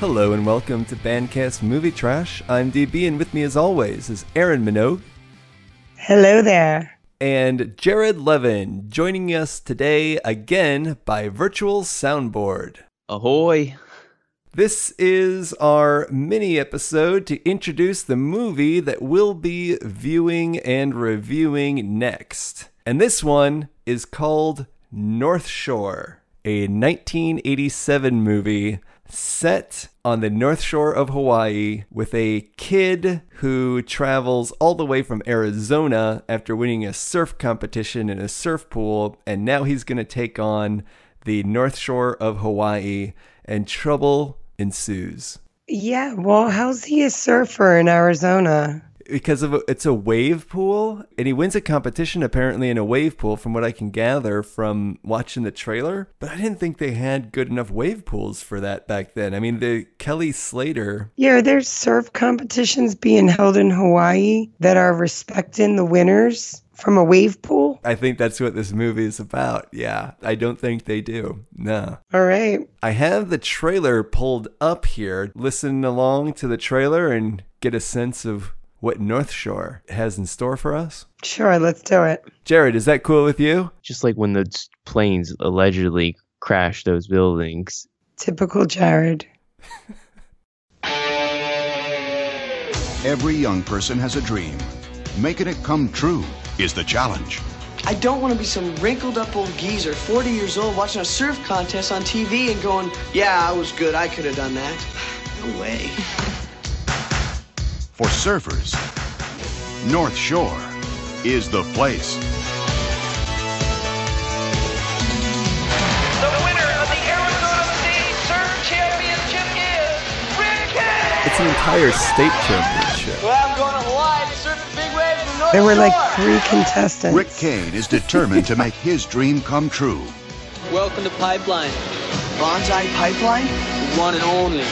Hello and welcome to Bandcast Movie Trash. I'm DB, and with me, as always, is Aaron Minogue Hello there. and Jared Levin, joining us today again by virtual soundboard. Ahoy. This is our mini episode to introduce the movie that we'll be viewing and reviewing next. And this one is called North Shore, a 1987 movie set on the North Shore of Hawaii with a kid who travels all the way from Arizona after winning a surf competition in a surf pool, and now he's going to take on the North Shore of Hawaii, and trouble ensues Yeah, well, how's he a surfer in Arizona? because of it's a wave pool, and he wins a competition apparently in a wave pool, from what I can gather from watching the trailer. But I didn't think they had good enough wave pools for that back then. I mean, the Kelly Slater. Yeah, are there surf competitions being held in Hawaii that are respecting the winners from a wave pool? I think that's what this movie is about. Yeah, I don't think they do. No. All right. I have the trailer pulled up here. Listen along to the trailer and get a sense of what North Shore has in store for us. Sure, let's do it. Jared, is that cool with you? Just like when the s- planes allegedly crashed those buildings. Typical Jared. Every young person has a dream. Making it come true is the challenge. I don't want to be some wrinkled up old geezer, 40 years old, watching a surf contest on TV and going, yeah, I was good. I could have done that. No way. For surfers, North Shore is the place. The winner of the Arizona State Surf Championship is Ricky! It's an entire state championship. Well, I'm going to Hawaii to surf the big waves in the North There were like Shore. three contestants. Rick Kane is determined to make his dream come true. Welcome to Pipeline. Bonsai Pipeline? One and only.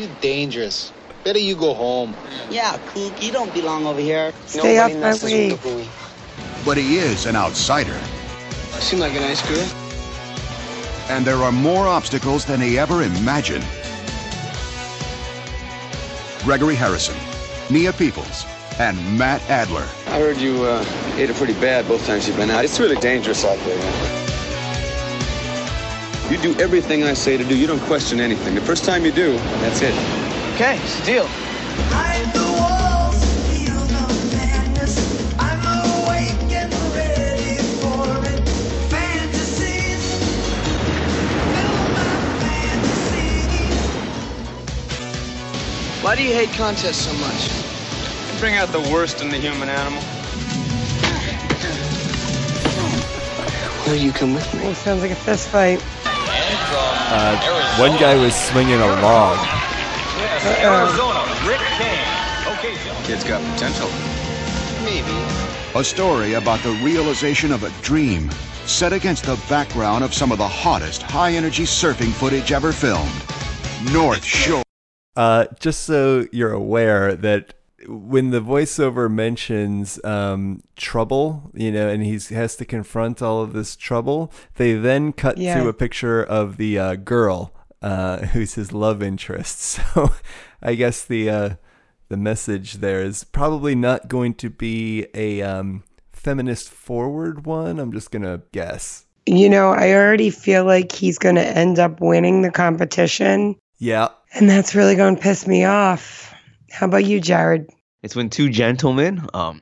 You dangerous. Better you go home. Yeah, kook, you don't belong over here. Stay off my way. But he is an outsider, Seemed like a nice girl. and there are more obstacles than he ever imagined. Gregory Harrison, Nia Peoples, and Matt Adler. I heard you uh, ate it pretty bad both times you've been out. It's really dangerous out there. Man. You do everything I say to do. You don't question anything. The first time you do, that's it. Okay, it's a deal. Why do you hate contests so much? Bring out the worst in the human animal. Will you come with me? It sounds like a fist fight. Uh, one guy was swinging a log. Uh, Kid's got potential. A story about the realization of a dream set against the background of some of the hottest high energy surfing footage ever filmed. North Shore. Uh, just so you're aware that when the voiceover mentions um, trouble, you know, and he has to confront all of this trouble, they then cut Yeah. to a picture of the uh, girl uh, who's his love interest. So I guess the uh, the message there is probably not going to be a um, feminist forward one. I'm just gonna guess. You know, I already feel like he's going to end up winning the competition, Yeah, and that's really going to piss me off. How about you, Jared? It's when two gentlemen um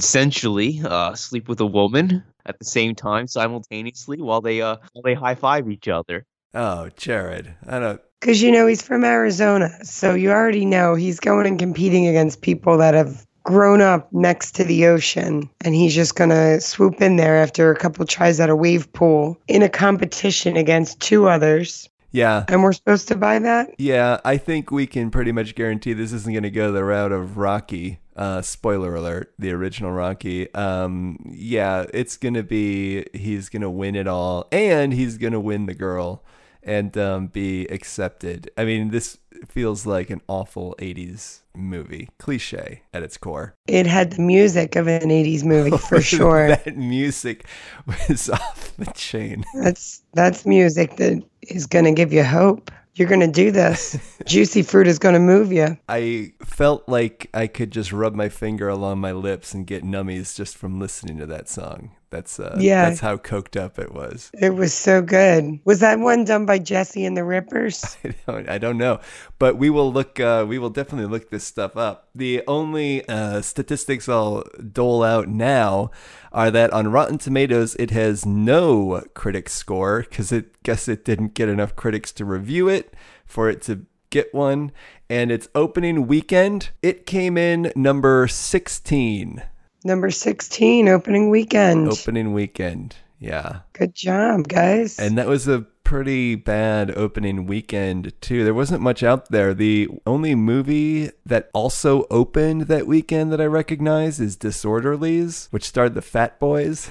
consensually uh sleep with a woman at the same time simultaneously while they uh while they high five each other. Oh, Jared. I don't. Because you know he's from Arizona, so you already know he's going and competing against people that have grown up next to the ocean, and he's just gonna swoop in there after a couple tries at a wave pool in a competition against two others. Yeah. And we're supposed to buy that? Yeah, I think we can pretty much guarantee this isn't going to go the route of Rocky. Uh, spoiler alert: the original Rocky. Um, yeah, it's going to be he's going to win it all, and he's going to win the girl and um, be accepted. I mean, this feels like an awful 80s movie, cliche at its core. It had the music of an 80s movie for sure. that music was off the chain. That's that's music that is going to give you hope. You're going to do this. Juicy fruit is going to move you. I felt like I could just rub my finger along my lips and get nummies just from listening to that song. That's uh, Yeah. that's how coked up it was. It was so good. Was that one done by Jesse and the Rippers? I don't, I don't know, but we will look. Uh, we will definitely look this stuff up. The only uh, statistics I'll dole out now are that on Rotten Tomatoes it has no critic score because it guess it didn't get enough critics to review it for it to get one. And its opening weekend, it came in number sixteen. Number 16, opening weekend. Opening weekend, yeah. Good job, guys. And that was a pretty bad opening weekend, too. There wasn't much out there. The only movie that also opened that weekend that I recognize is Disorderlies, which starred the Fat Boys.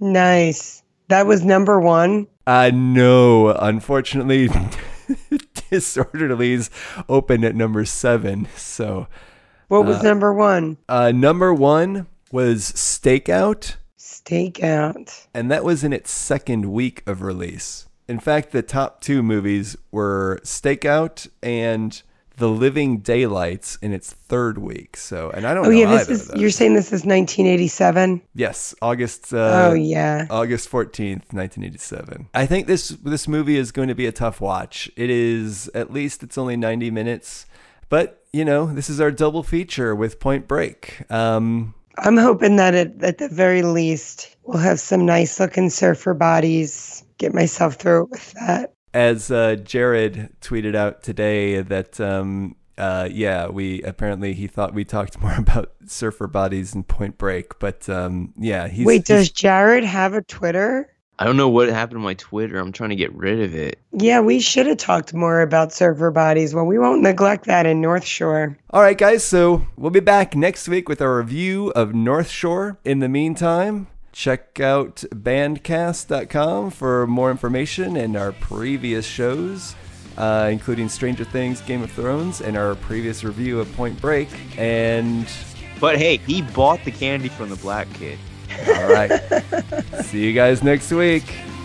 nice. That was number one. Uh, no, unfortunately, Disorderlies opened at number seven. So, What was number one? uh, number one was Stakeout. Stakeout. and that was in its second week of release. In fact, the top two movies were Stakeout and The Living Daylights in its third week. So, and I don't Oh, know yeah, this either is, of those. you're saying this is 1987? yes, August. Uh, oh, yeah. August 14th, 1987. I think this this movie is going to be a tough watch. It is at least it's only 90 minutes, but you know, this is our double feature with Point Break. Um I'm hoping that it, at the very least, we'll have some nice looking surfer bodies. Get myself through it with that. as uh, Jared tweeted out today that um, uh, yeah, we apparently he thought we talked more about surfer bodies and Point Break, but um, yeah, he's, Wait, he's- does Jared have a Twitter? I don't know what happened to my Twitter. I'm trying to get rid of it. Yeah, we should have talked more about surfer bodies. Well, we won't neglect that in North Shore. all right, guys. So we'll be back next week with our review of North Shore. In the meantime. Check out bandcast.com for more information and our previous shows, uh, including Stranger Things, Game of Thrones, and our previous review of Point Break. And But hey, he bought the candy from the black kid. all right, see you guys next week.